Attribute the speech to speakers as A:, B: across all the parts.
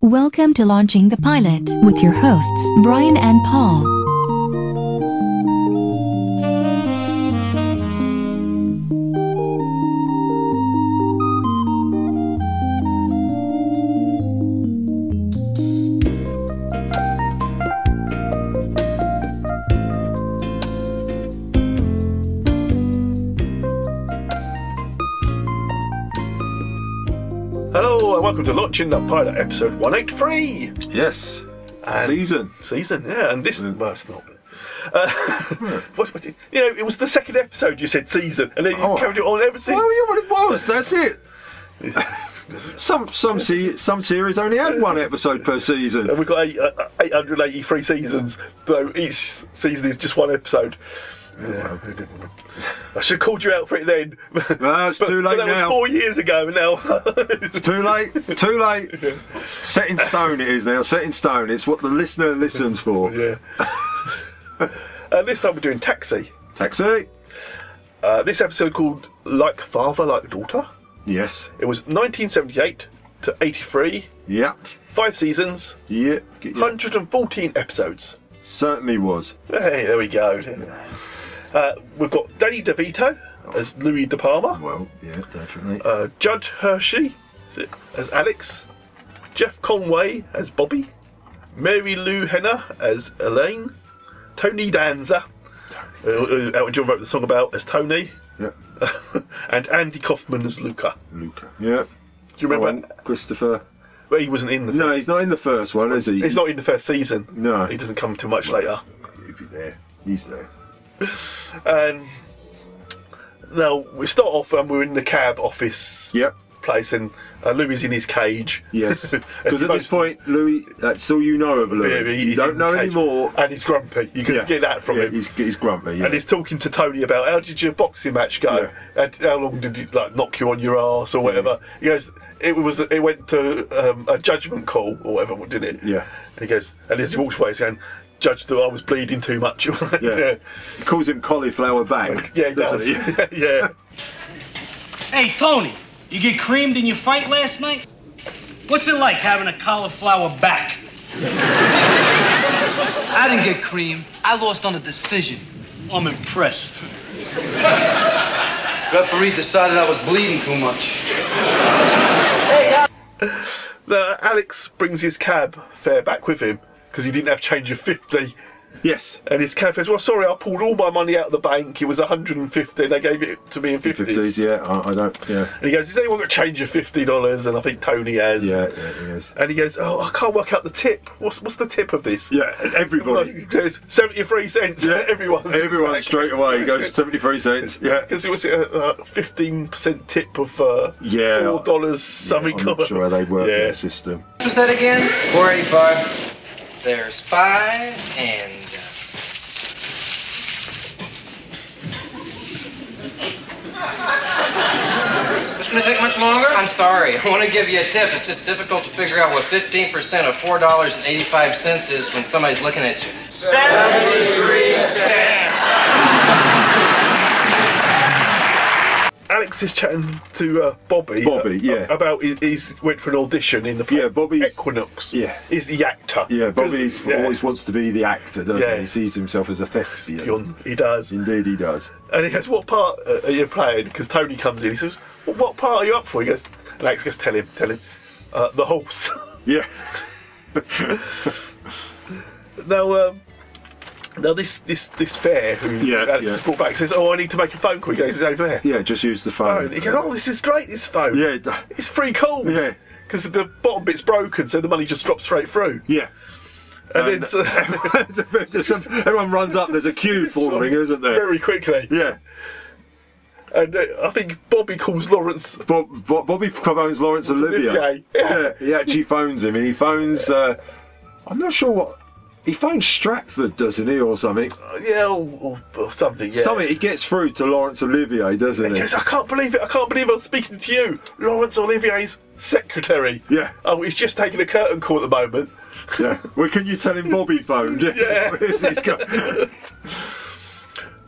A: Welcome to Launching the Pilot with your hosts, Brian and Paul.
B: Hello and welcome to Launching the Pilot, episode 183
C: Yes.
B: And-
C: Season.
B: season. Yeah, and this
C: Mm.
B: well, it's not. Uh, what, what, you know, it was the second episode you said season, and then you
C: Oh.
B: carried it on everything.
C: Well, yeah, well, it was. That's it. some some se- some series only had one episode per
B: And
C: season.
B: we've got eight, uh, 883 seasons, though each season is just one episode. Yeah. I should have called you out for it then.
C: Well, Ah, it's too
B: but
C: late
B: that was
C: now.
B: four years ago now.
C: It's too late. Too late. Set in stone it is now. Set in stone. It's what the listener listens for.
B: yeah. and this time we're doing Taxi.
C: Taxi.
B: Uh, this episode called Like Father, Like Daughter.
C: Yes.
B: It was 1978 to 83,
C: Yep.
B: five seasons,
C: Yep. Get your-
B: 114 episodes.
C: Certainly was.
B: Hey, there we go. Uh, we've got Danny DeVito as Louis De Palma,
C: Well, yeah, definitely.
B: uh, Judge Hershey as Alex, Jeff Conway as Bobby, Mary Lou Henner as Elaine, Tony Danza, uh, who Elton John wrote the song about as Tony,
C: Yep.
B: and Andy Kaufman as Luca.
C: Luca. Yep.
B: Do you remember?
C: Oh, and Christopher.
B: Well, he wasn't in the.
C: No, he's not in the first one, is he?
B: He's not in the first season.
C: No.
B: He doesn't come too much later.
C: He'll be there. He's there.
B: And now we start off and we're in the cab office
C: Yep.
B: place, and uh, Louis in his cage.
C: Yes,
B: As
C: because at
B: most-
C: this point, Louis, that's all you know of Louis.
B: yeah, he's
C: you don't
B: in the
C: know
B: cage.
C: anymore.
B: And he's grumpy. You can get that from
C: yeah,
B: him.
C: He's, he's grumpy. Yeah.
B: And he's talking to Tony about how did your boxing match go? And how long did it like knock you on your ass or whatever? He goes, it was it went to um, a judgment call or whatever, didn't it?
C: Yeah.
B: And he goes, and as he walks away, he's saying, "Judge, that I was bleeding too much."
C: yeah. He calls him cauliflower back.
B: Yeah, he does.
C: doesn't he?
B: yeah.
D: Hey, Tony, you get creamed in your fight last night? What's it like having a cauliflower back? I didn't get creamed. I lost on a decision. I'm impressed.
E: Referee decided I was bleeding too much.
B: Uh, Alex brings his cab fare back with him because he didn't have change of 50.
C: Yes.
B: And his cab fares, well, sorry, I pulled all my money out of the bank. It was 150. They gave it to me in 50s.
C: Fifties. Yeah. I, I don't. Yeah.
B: And he goes, Has anyone got change of $50? And I think Tony has.
C: Yeah. Yeah. He is.
B: And he goes, Oh, I can't work out the tip. What's what's the tip of this?
C: Yeah. and Everybody.
B: He goes, 73 cents.
C: Yeah.
B: Everyone's
C: Everyone straight away he goes seventy-three cents. Yeah.
B: Because it was a fifteen percent tip of uh,
C: Yeah.
B: four dollars something.
C: I'm not sure how they work in
B: Yeah.
C: the system.
E: What was that again? 485. There's five and.
D: It's gonna take much longer?
E: I'm sorry, I want to give you a tip. It's just difficult to figure out what 15% of $4.85 is when somebody's looking at you.
B: Alex is chatting to uh, Bobby.
C: Bobby, yeah.
B: About his, he's went for an audition in the play
C: Yeah, Bobby's-
B: Equinox.
C: yeah.
B: He's the actor.
C: Yeah. Bobby's
B: Yeah.
C: always wants to be the actor, doesn't
B: Yeah.
C: he? He sees himself as a thespian.
B: Yon- He does.
C: Indeed, he does.
B: And he goes, "What part uh, are you playing?" Because Tony comes in. He says, well, "What part are you up for?" He goes, and Alex goes, "Tell him, tell him, uh, the horse."
C: Yeah.
B: now, um, now this this this fair who
C: Yeah,
B: Alex
C: yeah.
B: has brought back says, "Oh, I need to make a phone call." He goes, "It's over there."
C: Yeah. Just use the phone.
B: Phone. He goes, "Oh, this is great. This phone.
C: Yeah. it do-
B: It's free calls."
C: Yeah.
B: Because the bottom bit's broken, so the money just drops straight through.
C: Yeah.
B: And,
C: And-
B: then it's uh,
C: Everyone runs up. There's a queue forming, isn't there?
B: very quickly.
C: Yeah.
B: And uh, I think Bobby calls Lawrence.
C: Bob, Bob, Bobby phones Lawrence Olivier.
B: Olivier, yeah.
C: Yeah, he actually phones him, and he phones. Uh, I'm not sure what he phones Stratford, doesn't he, or something?
B: uh, Yeah, or, or, or something. Yeah.
C: Something he gets through to Lawrence Olivier, doesn't
B: He
C: he?
B: goes, I can't believe it. I can't believe I'm speaking to you, Lawrence Olivier's secretary.
C: Yeah.
B: Oh, he's just taking a curtain call at the moment.
C: Yeah. Well, can you tell him Bobby phoned?
B: Yeah.
C: He's- he's got-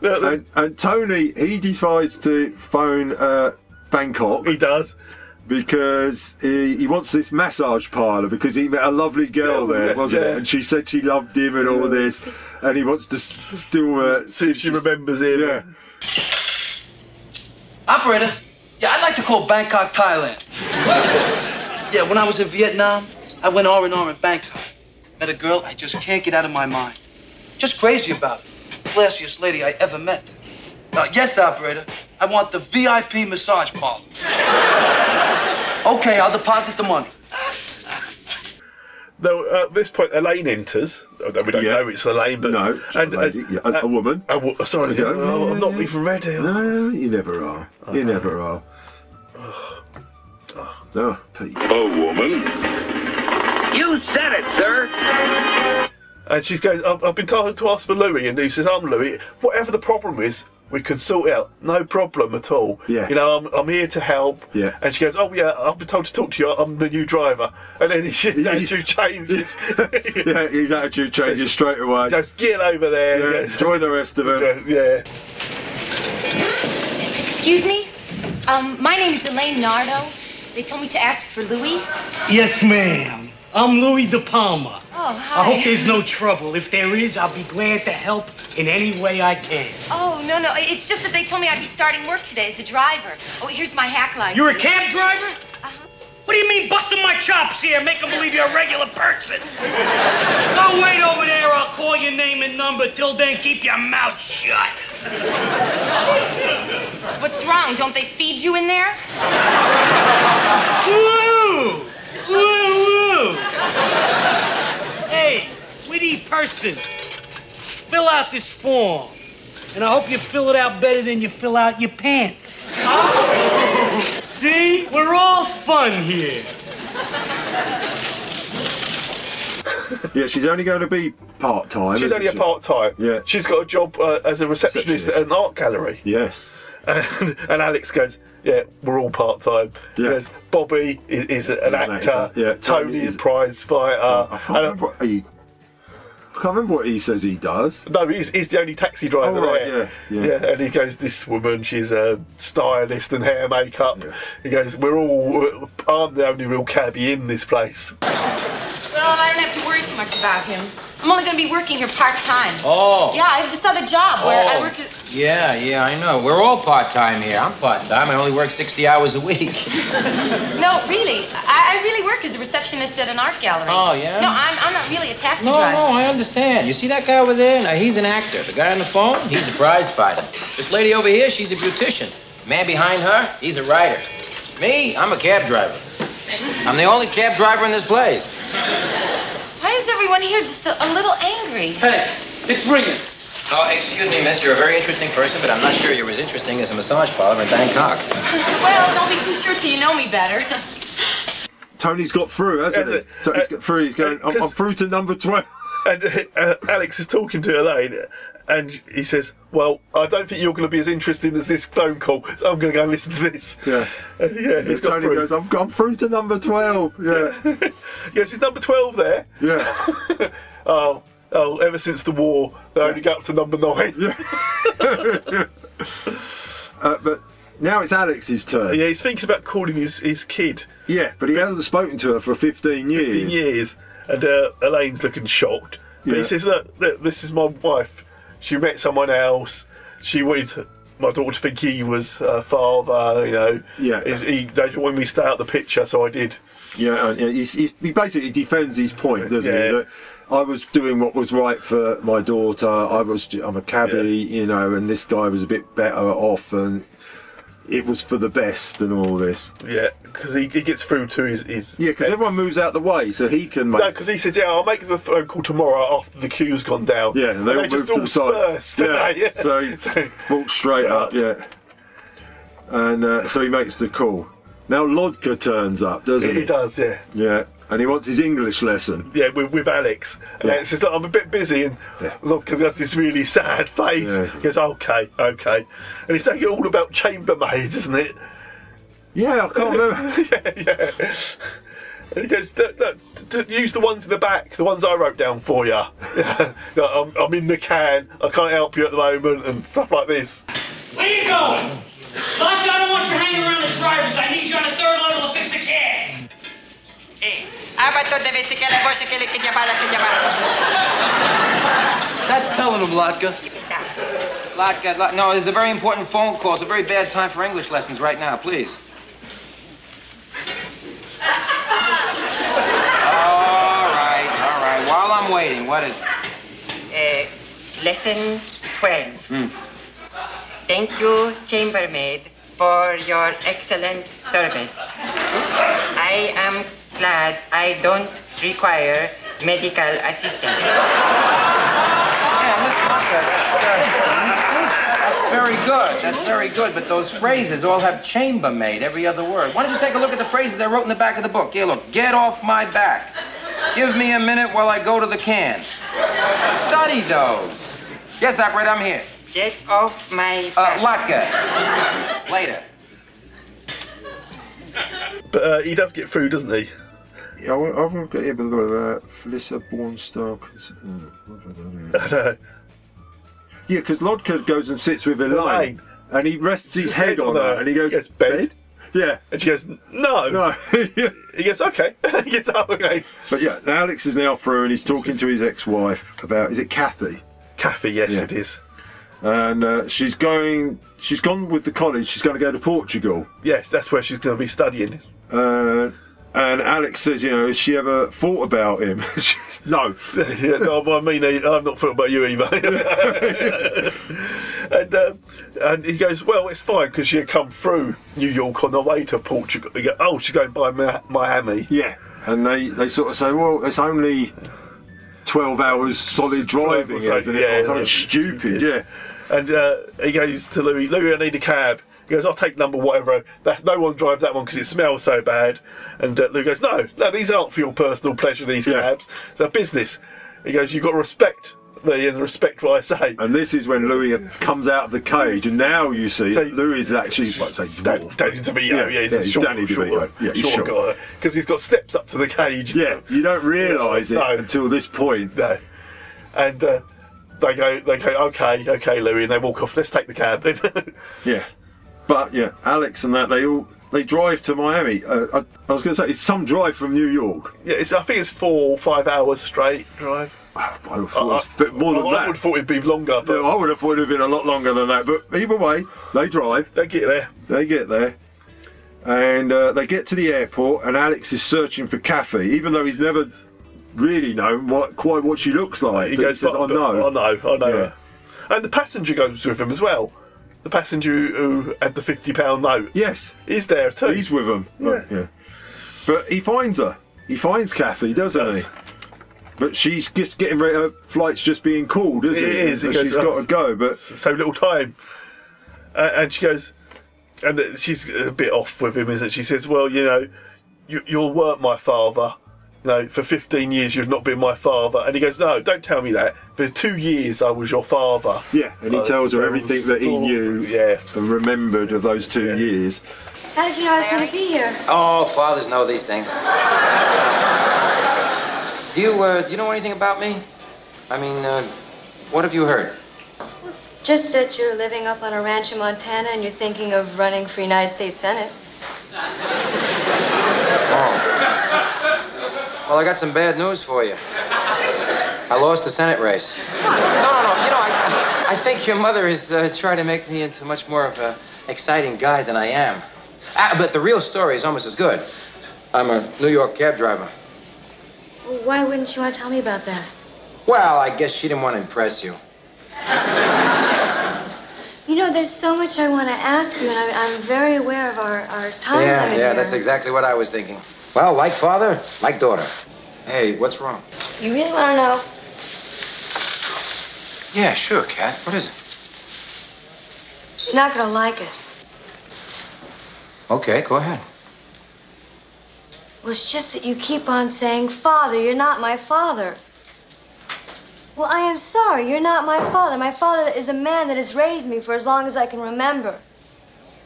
B: The- the-
C: and, and Tony, he decides to phone uh, Bangkok.
B: he does.
C: because he, he wants this massage parlour because he met a lovely girl
B: Yeah,
C: there,
B: yeah,
C: wasn't
B: yeah.
C: it? And she said she loved him and all this, and he wants to s- still uh,
B: See if she remembers him.
C: Yeah.
F: Operator, yeah, I'd like to call Bangkok, Thailand. yeah, when I was in Vietnam, I went R and R in Bangkok. Met a girl I just can't get out of my mind. Just crazy about it. Classiest lady I ever met. Uh, yes, operator. I want the VIP massage parlor. okay, I'll deposit the money.
B: Now, at this point, Elaine enters. Although We don't
C: Yeah.
B: know it's Elaine, but
C: No, it's not a lady, yeah, a- a woman.
B: A wo- sorry,
C: Yeah.
B: oh, I'm not even ready.
C: No, you never are. You never are.
B: Oh,
C: Oh, No, Pete.
G: A woman?
H: You said it, sir.
B: And she's going, I've, I've been told to ask for Louis, and he says, I'm Louis. Whatever the problem is, we can sort it out. No problem at all.
C: Yeah.
B: You know, I'm, I'm here to help.
C: Yeah.
B: And she goes, Oh, yeah, I've been told to talk to you. I'm the new driver. And then his
C: Yeah.
B: attitude changes.
C: yeah, his attitude changes straight away.
B: Just get over there.
C: Yeah,
B: Yes.
C: join the rest of them.
B: Yeah.
I: Excuse me? Um, my name is Elaine Nardo. They told me to ask for Louis.
D: Yes, ma'am. I'm Louis De Palma.
I: Oh,
D: I hope
I: hi.
D: there's no trouble. If there is, I'll be glad to help in any way I can.
I: Oh, no, no. It's just that they told me I'd be starting work today as a driver. Oh, here's my hack license.
D: You're a cab driver? What do you mean busting my chops here? Make them believe you're a regular person. Go wait over there. I'll call your name and number. Till then, keep your mouth shut.
I: What's wrong? Don't they feed you in there?
D: Woo! Woo, woo! Hey, witty person, fill out this form. And I hope you fill it out better than you fill out your pants. See? We're all fun here.
C: Yeah, she's only going to be part time.
B: She's only a part time.
C: Yeah.
B: She's got a job uh, as a receptionist at an art gallery.
C: Yes.
B: And, and Alex goes, Yeah, we're all part time.
C: Yeah.
B: Bobby is, is an
C: an
B: actor.
C: actor, yeah. Oh,
B: Tony is a prize
C: I
B: fighter.
C: can't
B: And,
C: remember what he. I can't remember what he says he does.
B: no, he's, he's the only taxi driver
C: Oh, right,
B: there.
C: yeah, yeah.
B: And he goes, This woman, she's a stylist and hair makeup. He goes, We're all, I'm the only real cabbie in this place.
I: Well, I don't have to worry too much about him. I'm only going to be working here part time.
E: Oh.
I: Yeah, I have this other job where I work. As...
E: Yeah, yeah, I know. We're all part time here. I'm part time. I only work 60 hours a week.
I: No, really. I, I really work as a receptionist at an art gallery.
E: Oh, yeah?
I: No, I'm, I'm not really a taxi
E: No,
I: driver.
E: no, I understand. You see that guy over there? Now, he's an actor. The guy on the phone, he's a prize fighter. This lady over here, she's a beautician. The man behind her, he's a writer. Me, I'm a cab driver. I'm the only cab driver in this place.
I: Why is everyone here just a, a little angry?
F: Hey, it's ringing.
E: Oh, excuse me, miss. You're a very interesting person, but I'm not sure you're as interesting as a massage parlor in Bangkok.
I: Well, don't be too sure till you know me better.
C: Tony's got through, hasn't
B: Has
C: he?
B: it?
C: Tony's
B: Uh,
C: got through. He's going. I'm, I'm
B: 'cause-
C: through to number twelve.
B: And uh, Alex is talking to Elaine, and he says, "Well, I don't think you're going to be as interesting as this phone call, so I'm going to go and listen to this."
C: Yeah.
B: Uh, yeah. He's got
C: Tony
B: through.
C: goes. I'm, I'm through to number twelve. Yeah.
B: yes, he's number twelve there.
C: yeah.
B: Oh, oh! Ever since the war, they only got up to number nine. Yeah.
C: Uh, but now it's Alex's turn.
B: he's thinking about calling his his kid.
C: Yeah, but he hasn't spoken to her for 15 years.
B: 15 years, and uh, Elaine's looking shocked. But he
C: Yeah.
B: says, look, look, this is my wife. She met someone else. She wanted my daughter to think he was her father, you know.
C: Yeah.
B: He's- He, they just wanted me to stay out of the picture, so I did.
C: Yeah, and, yeah, he's, he's, he basically defends his point, doesn't
B: Yeah.
C: he? That I was doing what was right for my daughter. I was, I'm a cabbie, you know, and this guy was a bit better off, and it was for the best, and all this.
B: Yeah, because he, he gets through to his. his
C: Yeah, because everyone moves out the way, so he can make.
B: No, because he says, yeah, I'll make the phone call tomorrow after the queue's gone down.
C: yeah,
B: and
C: they all move
B: just
C: to the side.
B: dispersed,
C: Yeah,
B: don't they? Yeah.
C: so he walks straight up. Yeah, and uh, so he makes the call. Now Lodka turns up, doesn't he?
B: he does, yeah.
C: Yeah, and he wants his English lesson.
B: yeah, with, with Alex. And
C: Yeah.
B: Alex says, "Oh, I'm a bit busy, and
C: Yeah.
B: Lodka has this really sad face.
C: Yeah.
B: He goes, okay, okay. And he's saying all about chambermaids, isn't it?
C: Yeah, I can't remember.
B: yeah, yeah. And he goes, look, look, d- d- use the ones in the back, the ones I wrote down for you. I'm, I'm in the can, I can't help you at the moment, and stuff like this.
D: Where you going? Lodge, I don't want you hanging around as drivers. I need you on a third level of 50
I: Ε,
F: That's telling him, Lotka.
E: Lotka, lot, no, there's a very important phone call. It's a very bad time for English lessons right now, please. all right, all right. While I'm waiting, what is it?
G: Uh, lesson 12. Thank you, chambermaid, for your excellent service. I am glad I don't require medical assistance.
E: Yeah, Miss Lotka, that's, uh, that's very good. That's very good. But those phrases all have chambermaid every other word. Why don't you take a look at the phrases I wrote in the back of the book? Here, look. Get off my back. Give me a minute while I go to the can. Study those. Yes, operator, I'm here.
G: Get off my
E: Uh,
G: back.
E: Lotka. Later.
B: But uh, he does get through, doesn't he?
C: Yeah, I want, I want to get yeah, blah, blah, blah, Felissa Bornstar. cons- Yeah, because Lodka goes and sits with Elaine,
B: Elaine.
C: and he rests his head on her, and he goes,
B: Yes, bed.
C: Yeah,
B: And she goes, no.
C: no.
B: He goes, "Oh, okay. he gets up again.
C: but yeah, Alex is now through, and he's talking to his ex-wife about is it Kathy?
B: Kathy, yes,
C: Yeah.
B: it is.
C: And uh, she's going, she's gone with the college. She's going to go to Portugal.
B: Yes, that's where she's going to be studying.
C: Uh, and Alex says, you know, has she ever thought about him? She's, no.
B: yeah, no, I mean, I'm not thrilled about you either. and um, and he goes, well, it's fine because she'll come through New York on the way to Portugal. He go, oh, she's going by Mi- Miami.
C: Yeah. And they, they sort of say, well, it's only 12 hours solid driving,
B: Driving,
C: isn't it?
B: yeah.
C: Or something stupid, yeah.
B: And uh, he goes to Louis, Louis, I need a cab. He goes, I'll take number whatever. That no one drives that one because it smells so bad. And uh, Louis goes, No, no, these aren't for your personal pleasure. These
C: Yeah.
B: cabs, they're business. He goes, You've got to respect me and respect what I say.
C: And this is when Louis comes out of the cage, and now you see
B: So-
C: Louis is actually, what, say,
B: Dan-
C: dwarf.
B: Danny DeVito, uh, yeah, yeah, he's a
C: he's
B: short,
C: Danny
B: short,
C: DeVito. Yeah, he's
B: short,
C: short.
B: guy because he's got steps up to the cage.
C: Yeah, you don't realise it
B: No.
C: until this point.
B: No. And uh, they go, they go, okay, okay, Louis, and they walk off. Let's take the cab then.
C: Yeah, but yeah, Alex and that they all they drive to Miami. Uh, I, I was going to say it's some drive from New York.
B: yeah, it's, I think it's four, or five hours straight drive.
C: I would have thought it's a bit more
B: I-
C: than
B: I
C: that.
B: would have thought it'd be longer, but
C: I would have thought it'd been a lot longer than that. But either way, they drive.
B: they get there.
C: They get there. And uh, they get to the airport, and Alex is searching for Kathy, even though he's never really known what, quite what she looks like.
B: He
C: but
B: goes,
C: he says, "Oh,
B: "But-
C: "I
B: but-
C: know."
B: I know, I know.
C: Yeah.
B: And the passenger goes with him as well. The passenger who had the fifty pound note
C: Yes,
B: is there too.
C: he's with them.
B: Yeah.
C: yeah. But he finds her. He finds Kathy, doesn't he?
B: Yes.
C: But she's just getting ready. Her flight's just being called, isn't it?
B: It is, it
C: And
B: goes
C: she's
B: up.
C: got to go. But
B: so little time. Uh, and she goes, and th- she's a bit off with him, isn't she? She says, Well, you know, you, you'll work my father. You know, for 15 years you've not been my father. And he goes, No, don't tell me that. For two years I was your father.
C: yeah, and he
B: Uh,
C: tells her
B: so-
C: everything that he knew
B: Yeah.
C: and remembered of those two years.
J: How did you know I was going to be here?
E: Oh, fathers know these things. do you uh, do you know anything about me? I mean, uh, what have you heard?
J: Just that you're living up on a ranch in Montana and you're thinking of running for United States Senate.
E: Oh. Well, I got some bad news for you. I lost the Senate race. No, no, no. You know, I, I think your mother is uh, trying to make me into much more of an exciting guy than I am. Ah, but the real story is almost as good. I'm a New York cab driver.
J: Why wouldn't you want to tell me about that?
E: Well, I guess she didn't want to impress you.
J: You know, there's so much I want to ask you, and I, I'm very aware of our, our time
E: yeah,
J: limit
E: yeah,
J: here.
E: that's exactly what I was thinking. Well, like father, like daughter. Hey, what's wrong?
J: You really want to know?
E: Yeah, sure, Cat. What is it?
J: You're not going to like it.
E: Okay, go ahead.
J: Well, it's just that you keep on saying, Father, you're not my father. Well, I am sorry, you're not my father. My father is a man that has raised me for as long as I can remember.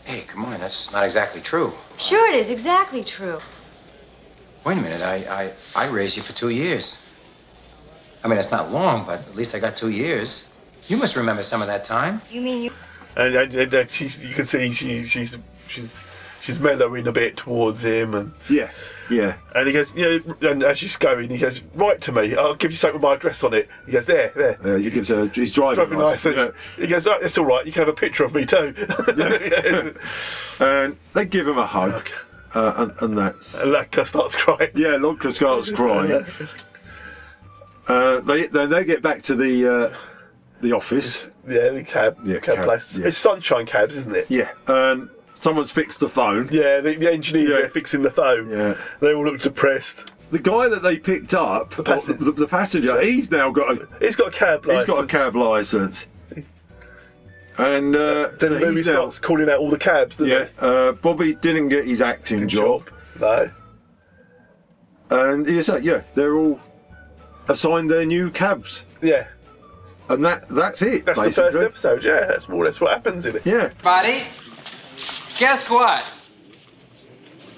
E: Hey, come on, that's not exactly true.
J: Sure, it is exactly true.
E: Wait a minute, I, I, I raised you for two years. I mean, that's not long, but at least I got two years. You must remember some of that time.
J: You mean you.
B: And, and, and uh, she's, you can see she, she's she's she's mellowing a bit towards him, and
C: yeah, yeah.
B: And he goes, you know, and as she's going, he goes, write to me. I'll give you something with my address on it. He goes, there, there.
C: Uh, he gives her Uh, his driving,
B: Driving
C: license.
B: license. He goes, oh, it's all right. You can have a picture of me too.
C: and they give him a hug, uh, and, and that's.
B: And Latka starts crying.
C: Yeah, Latka starts crying. uh, they then they get back to the uh, the office.
B: yeah, the cab,
C: Yeah,
B: cab,
C: cab,
B: place.
C: yeah.
B: It's sunshine cabs, isn't it?
C: Yeah, and someone's fixed the phone.
B: Yeah, the, the engineers
C: Yeah.
B: are fixing the phone.
C: Yeah.
B: They all look depressed.
C: The guy that they picked up, the,
B: passenger.
C: the, the passenger, he's now got a
B: He's got a cab license.
C: he's got a cab license, and uh,
B: Then the
C: so
B: movie
C: he's now,
B: starts calling out all the cabs, doesn't
C: yeah.
B: it?
C: Uh, Bobby didn't get his acting job,
B: No.
C: and he's like, yeah, they're all assigned their new cabs,
B: Yeah.
C: and that that's it.
B: That's the
C: basically.
B: first episode, yeah. That's more or less what happens in it.
C: Yeah.
K: Buddy, guess what?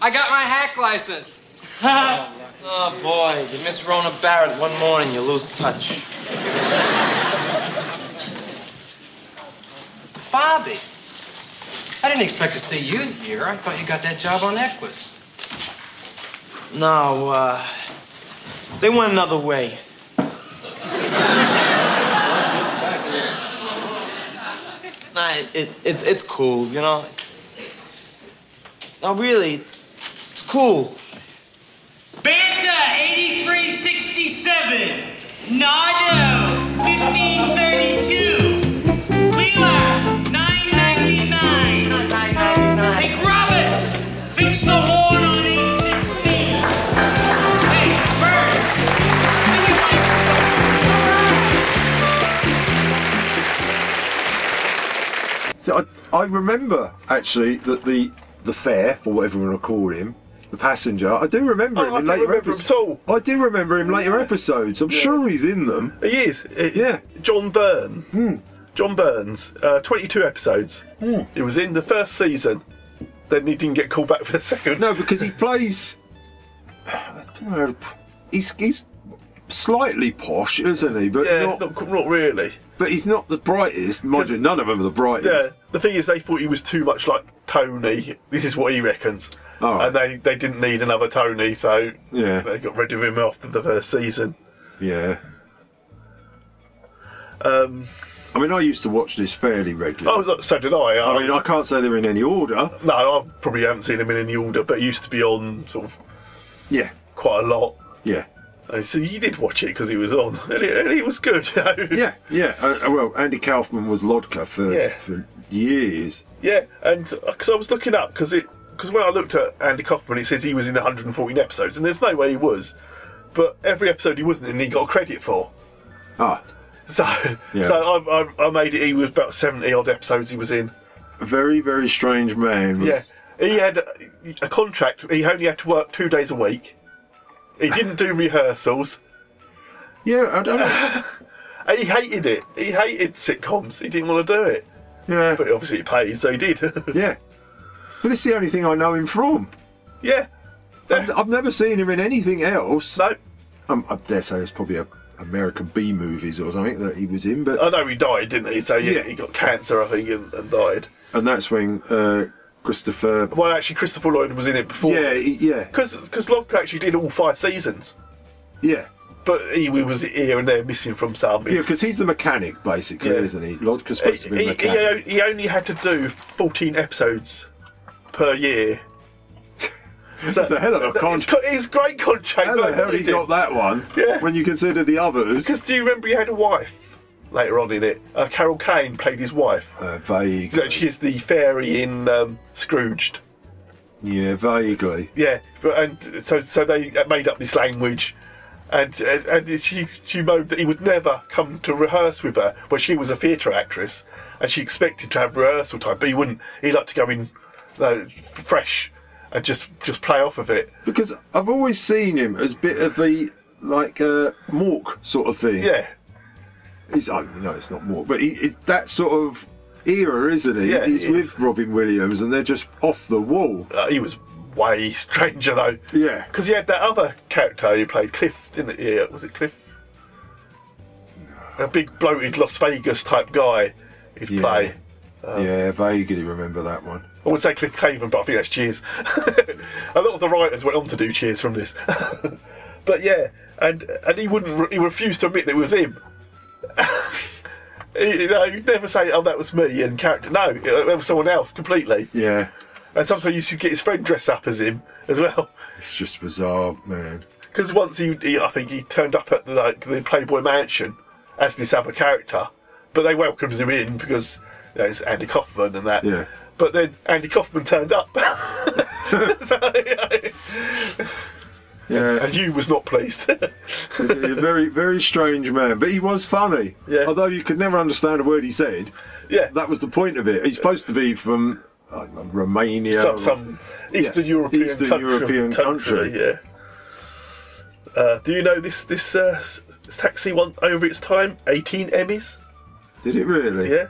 K: I got my hack license.
L: Oh boy, you miss Rona Barrett one morning, you lose touch.
K: Bobby, I didn't expect to see you here. I thought you got that job on Equus.
L: No, uh, they went another way. nah, it, it, it's it's cool, you know. No, really, it's it's cool.
D: Banta 8367. Nardo 1532. Wheeler 999. Hey, Grubbus, fix the horn on 816. Hey, Bird.
C: So I, I remember actually that the the fare, or whatever you want to call him, the passenger. I do remember
B: Oh,
C: him
B: I
C: in
B: don't
C: later
B: remember him
C: episodes.
B: at all.
C: I do remember him later episodes. I'm sure he's in them.
B: He is. It-
C: Yeah. Hmm.
B: John Byrne. John Burns, uh, 22 episodes. It was in the first season. Then he didn't get called back for the second.
C: No, because he plays. I don't know, he's he's slightly posh, isn't he? But
B: yeah,
C: not,
B: not, not really.
C: but he's not the brightest. Mind you, none of them are the
B: Yeah,
C: brightest.
B: the thing is, they thought he was too much like Tony. This is what he reckons.
C: All right.
B: And they, they didn't need another Tony, so
C: Yeah.
B: they got rid of him after the first season.
C: Yeah.
B: Um,
C: I mean, I used to watch this fairly regularly.
B: oh, so did I. I,
C: I mean, I can't say they're in any order.
B: no, I probably haven't seen him in any order, but he used to be on sort of
C: Yeah.
B: quite a lot.
C: Yeah.
B: And so you did watch it because he was on, and it, and it was good. You know?
C: Yeah, yeah. Uh, uh, well, Andy Kaufman was Lodka for
B: Yeah.
C: for years.
B: Yeah, and because I was looking up because it because when I looked at Andy Kaufman, it says he was in 114 episodes, and there's no way he was. But every episode he wasn't in, he got credit for.
C: Ah,
B: So
C: Yeah.
B: so I, I, I made it. He was about 70 odd episodes he was in.
C: a very very strange man. Was,
B: Yeah, he had a, a contract. He only had to work two days a week. He didn't do rehearsals.
C: yeah. I don't know.
B: And he hated it. He hated sitcoms. He didn't want to do it.
C: Yeah,
B: But obviously it paid, so he did.
C: yeah. But this is the only thing I know him from.
B: yeah.
C: I've, I've never seen him in anything else.
B: No,
C: Um, I dare say it's probably a American B movies or something that he was in. But
B: I know he died, didn't he? So yeah,
C: Yeah.
B: he got cancer, I think, and, and died.
C: and that's when uh, Christopher.
B: Well, actually, Christopher Lloyd was in it before.
C: Yeah, he- yeah,
B: Because Lodka actually did all five seasons,
C: yeah.
B: but he was here and there missing from some.
C: Yeah, because he's the mechanic basically,
B: Yeah.
C: isn't he? Lodka's
B: he,
C: supposed to be a
B: he, he,
C: mechanic.
B: o- he only had to do 14 episodes per year. So,
C: It's a hell of a
B: it's
C: contract.
B: co- It's great contract.
C: How the hell he got that one?
B: Yeah.
C: When you consider the others.
B: Because do you remember he had a wife later on in it? Uh, Carol Kane played his wife.
C: Uh, vague.
B: No, She's the fairy in um, Scrooged.
C: Yeah, vaguely.
B: Yeah, but, and so so they made up this language, and and she she moaned that he would never come to rehearse with her. Well, she was a theatre actress, and she expected to have rehearsal time, but he wouldn't. He liked to go in you know, fresh and just just play off of it.
C: Because I've always seen him as bit of a like a Mork sort of thing.
B: Yeah,
C: He's I no, it's not Mork, but he, it, that sort of era, isn't he?
B: Yeah,
C: He's
B: he
C: with
B: is.
C: Robin Williams, and they're just off the wall.
B: uh, he was way stranger though,
C: Yeah.
B: because he had that other character who played Cliff, didn't he? Yeah, was it Cliff? A big bloated Las Vegas type guy. He'd
C: Yeah.
B: play.
C: yeah, vaguely remember that one.
B: I would say Cliff Clavin, but I think that's Cheers. a lot of the writers went on to do Cheers from this. but yeah, and and he wouldn't. Re- he refused to admit that it was him. He- you know, you'd never say, "Oh, that was me," and character. No, it- that was someone else completely.
C: Yeah,
B: And sometimes you should get his friend dressed up as him as well.
C: it's just bizarre, man.
B: Because once he, he, I think he turned up at the, like the Playboy Mansion as this other character, but they welcomed him in because you know, it's Andy Kaufman and that.
C: Yeah.
B: But then Andy Kaufman turned up. So,
C: Yeah,
B: and you was not pleased.
C: He's a very, very strange man, but he was funny.
B: Yeah.
C: Although you could never understand a word he said.
B: Yeah.
C: That was the point of it. He's supposed to be from uh, Romania.
B: some
C: or-
B: some Eastern
C: Yeah,
B: European
C: Eastern
B: country.
C: European country.
B: Yeah. Uh, do you know this this uh, s- taxi won over its time 18 Emmys?
C: Did it really?
B: Yeah.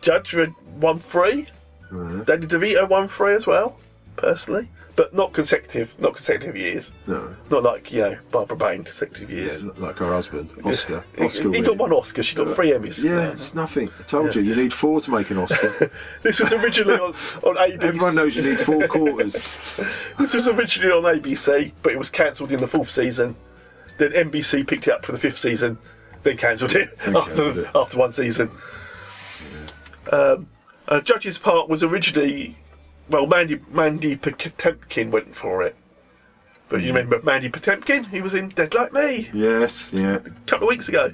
B: Judge re- won three.
C: Mhm.
B: Danny DeVito won three as well, personally, but not consecutive, not consecutive years.
C: No.
B: Not like you know Barbara Bain consecutive years.
C: Yeah, like her husband, Oscar.
B: He-
C: Oscar
B: he,
C: winner.
B: got one Oscar. She got three Emmys.
C: Yeah, it's nothing. I told
B: Yeah.
C: you, you need four to make an Oscar.
B: This was originally on on ABC.
C: Everyone knows you need four quarters.
B: This was originally on ABC, but it was cancelled in the fourth season. Then NBC picked it up for the fifth season, then cancelled it
C: Then
B: after
C: cancelled it.
B: after one season. Um, uh, Judge's part was originally, well, Mandy Mandy Potemkin went for it, but
C: Hmm.
B: you remember Mandy Potemkin? He was in Dead Like Me
C: Yes, yeah,
B: a couple of weeks ago.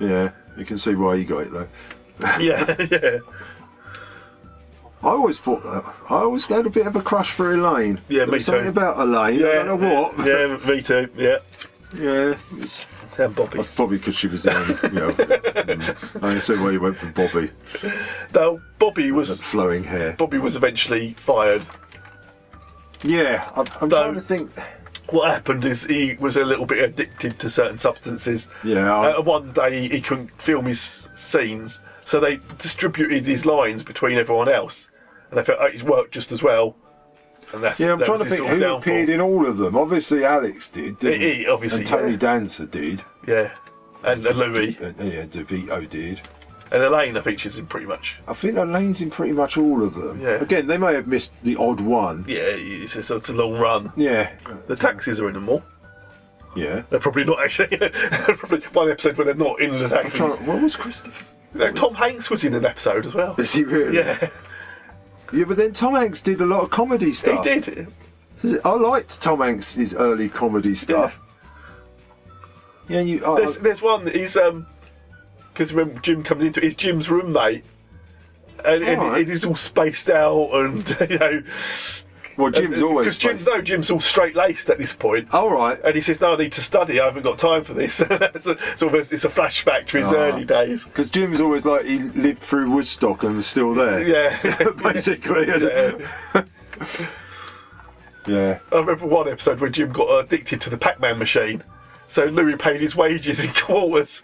C: yeah. You can see why he got it though.
B: yeah, yeah,
C: I always thought that. I always had a bit of a crush for Elaine.
B: Yeah,
C: There
B: me
C: was something
B: too.
C: about Elaine. I
B: yeah.
C: don't know what.
B: Yeah, me too. Yeah,
C: Yeah, it's
B: and Bobby.
C: that's probably because she was. Um, you know, mm, I can see why you went for Bobby.
B: Now Bobby was
C: That flowing hair.
B: Bobby was eventually fired
C: Yeah, I'm, I'm
B: So-
C: trying to think.
B: what happened is he was a little bit addicted to certain substances.
C: Yeah, I-
B: Uh, one day he couldn't film his scenes, so they distributed his lines between everyone else, and they felt oh, it's worked just as well. And that's
C: Yeah, I'm
B: that
C: trying
B: was
C: to
B: his
C: think
B: sort
C: who
B: of downfall.
C: appeared in all of them. Obviously, Alex did. Didn't
B: He- he obviously,
C: and Tony
B: yeah.
C: Danza did.
B: Yeah, and, and Louis
C: And, yeah, DeVito did.
B: and Elaine, I think she's in pretty much.
C: I think Elaine's in pretty much all of them.
B: Yeah.
C: Again, they may have missed the odd one.
B: Yeah, it's, it's, it's a long run.
C: Yeah.
B: The taxis are in them all.
C: Yeah.
B: They're probably not actually. probably one episode where they're not in the
C: I'm
B: taxis.
C: trying, what was Christopher?
B: No, Tom Hanks was in an episode as well.
C: Is he really?
B: Yeah,
C: Yeah, but then Tom Hanks did a lot of comedy
B: he
C: stuff.
B: did.
C: I liked Tom Hanks' early comedy stuff. Yeah, you. I,
B: There's, there's one. He's um, because when Jim comes into it, it's Jim's roommate, and, and
C: Alright.
B: it is all spaced out, and you know,
C: well, Jim's
B: because
C: always.
B: uh, Jim's Uh, no, Jim's all straight laced at this point.
C: All right.
B: And he says, "No, I need to study. I haven't got time for this." so it's almost- it's a flashback to his
C: Ah.
B: early days.
C: Because Jim's always like he lived through Woodstock and was still there.
B: Yeah.
C: Basically.
B: Yeah.
C: yeah.
B: I remember one episode where Jim got addicted to the Pac-Man machine, so Louis paid his wages in quarters.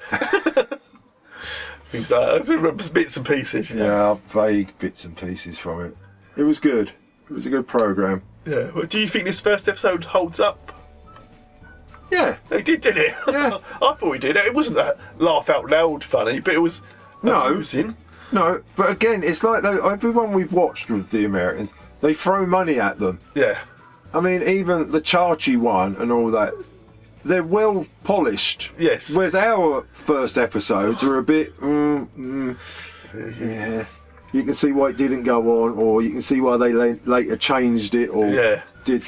B: Things like that. I just remember bits and pieces. you know.
C: Yeah, vague bits and pieces from it. It was good. It was a good program.
B: Yeah. Well, do you think this first episode holds up?
C: Yeah.
B: They did, didn't it?
C: Yeah.
B: I thought we did. It wasn't that laugh out loud funny, but it was
C: No.
B: amusing.
C: No, but again, it's like though everyone we've watched with the Americans, they throw money at them.
B: Yeah.
C: I mean, even the Chachi one and all that, they're well polished.
B: Yes.
C: Whereas our first episodes are a bit, mm, mm, yeah. You can see why it didn't go on, or you can see why they la- later changed it, or
B: Yeah.
C: did.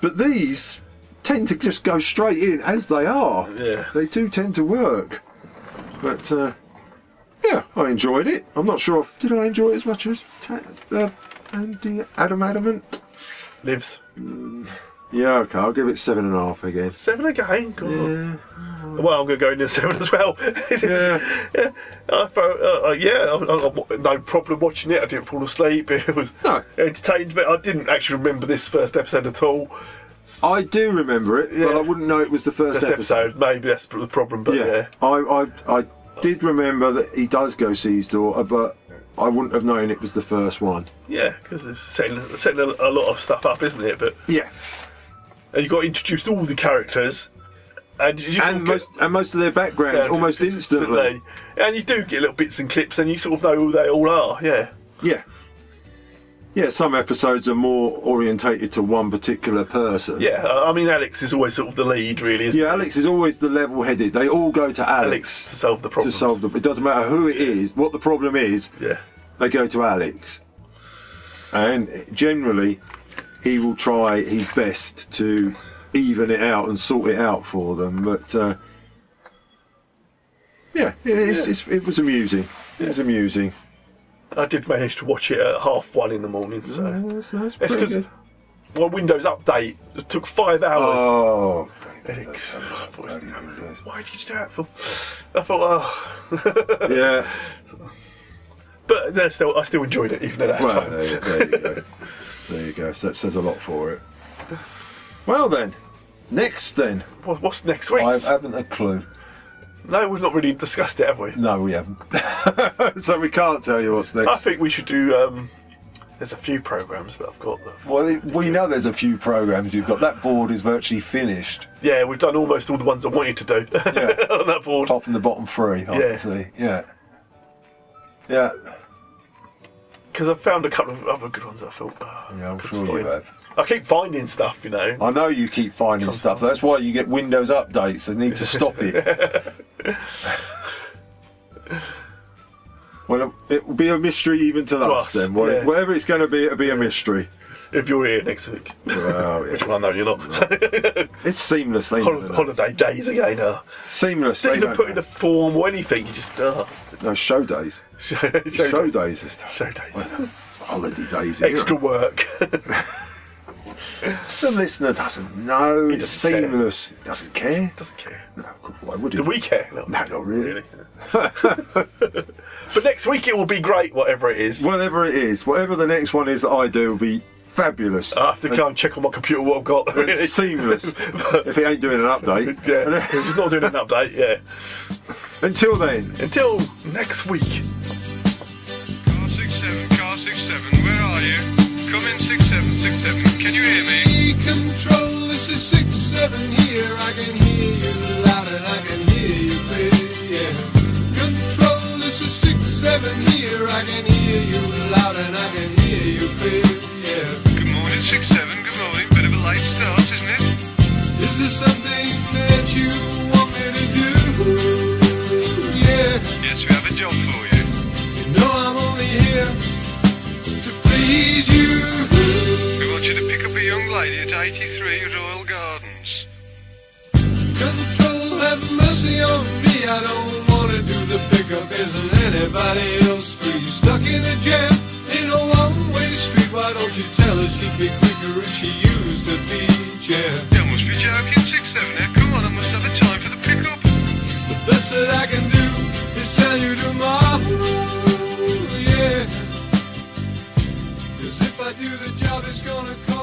C: But these tend to just go straight in as they are.
B: Yeah.
C: They do tend to work. But uh, yeah, I enjoyed it. I'm not sure if did I enjoy it as much as Ta- uh, Andy Adam Adamant.
B: Lives
C: Yeah, okay, I'll give it seven and a half again.
B: seven again. God.
C: Yeah.
B: Well, I'm going to go in at seven as well.
C: Yeah.
B: yeah. I felt, uh, uh, yeah. I, I, I- no problem watching it. I didn't fall asleep. It was
C: No.
B: entertained, but I didn't actually remember this first episode at all.
C: I do remember it,
B: Yeah.
C: but I wouldn't know it was the first,
B: First episode, maybe that's the problem. But yeah,
C: Yeah, I, I I did remember that he does go see his daughter, but I wouldn't have known it was the first one.
B: yeah, because it's setting, setting a, a lot of stuff up, isn't it? But
C: Yeah,
B: and you got introduced to all the characters, And, you
C: And most-
B: and most of their background
C: almost instantly.
B: And you do get little bits and clips, and you sort of know who they all are. Yeah.
C: Yeah. Yeah, some episodes are more orientated to one particular person.
B: Yeah, Uh, I I mean, Alex is always sort of the lead, really. Isn't
C: Yeah, Alex is always the level-headed. They all go to Alex,
B: to solve the problem.
C: To solve the, it doesn't matter who it is, what the problem is.
B: Yeah.
C: They go to Alex, and generally, he will try his best to even it out and sort it out for them. But uh, yeah, it's, It's, it was amusing. It was amusing.
B: I did manage to watch it at half one in the morning. So
C: that's, that's
B: it's
C: Mm-hmm. pretty
B: because my Windows update took five hours.
C: Oh.
B: Alex, I thought, why did you do that for? I thought, oh.
C: yeah.
B: But no, still, I still enjoyed it even at that
C: Well,
B: time.
C: there, you- there you go. there you go. So that says a lot for it. Well then, next then.
B: What- What's next week?
C: I haven't a clue.
B: No, we've not really discussed it, have we?
C: No, we haven't. so we can't tell you what's
B: I
C: next.
B: think we should do. Um, there's a few programs that I've got. That,
C: Well, it- we know there's a few programs you've got. That board is virtually finished,
B: yeah, we've done almost all the ones I wanted to do on that board.
C: apart from the bottom three, obviously. Yeah. Yeah.
B: Because I found a couple of other good ones. I thought. "Oh,
C: Yeah, I'm
B: good
C: sure
B: story."
C: you have. Oh.
B: I keep finding stuff, you know.
C: I know you keep finding stuff. That's why you get Windows updates. They need to stop it. well, it will be a mystery even to,
B: To
C: us,
B: us,
C: then. What-
B: yeah.
C: Whatever it's going to be, it'll be a mystery.
B: If you're here next week,
C: Well,
B: which one? No, you're not.
C: it's seamless. They
B: Hol- holiday days again. Uh,
C: seamless.
B: didn't
C: They
B: even
C: don't
B: put in a form or anything. You just uh,
C: No show days.
B: show,
C: Show, days this time.
B: Show days.
C: Holiday days. here.
B: Extra work.
C: The listener doesn't know. It's
B: doesn't care.
C: seamless. Doesn't care.
B: Doesn't care.
C: No, God, why would he?
B: Do we care? No,
C: No, not really.
B: But next week it will be great, whatever it is.
C: Whatever it is, whatever the next one is that I do will be fabulous.
B: I have to go and check on my computer what I've got.
C: It's
B: Ah, Really.
C: seamless. if it ain't doing an update.
B: Yeah, if it's not doing an update, yeah.
C: Until then.
B: Until next week.
M: Car 67, car 67, where are you? Come in 6767, can you hear me?
N: Control, this is six seven here. I can hear you loud and I can hear you clear. Yeah. Control, this is six seven here. I can hear you loud and I can hear you clear. Yeah.
M: Good morning 67, good morning, bit of a late start, isn't it?
N: Is this something that you want me to do? Yeah.
M: Yes, we have a job for you.
N: You know I'm only here to please you.
M: We want you to pick up a young lady at 83 Royal Gardens.
N: Control, have mercy on me. I don't wanna do the pickup. Isn't anybody else free? Stuck in a jam in a one-way street. Why don't you tell her she'd be quicker if she used a feature?
M: You must be joking 67, now come on, I must have a time for the pickup.
N: The best that I can do is tell you tomorrow. Yeah. 'Cause if I do the job, it's gonna cost.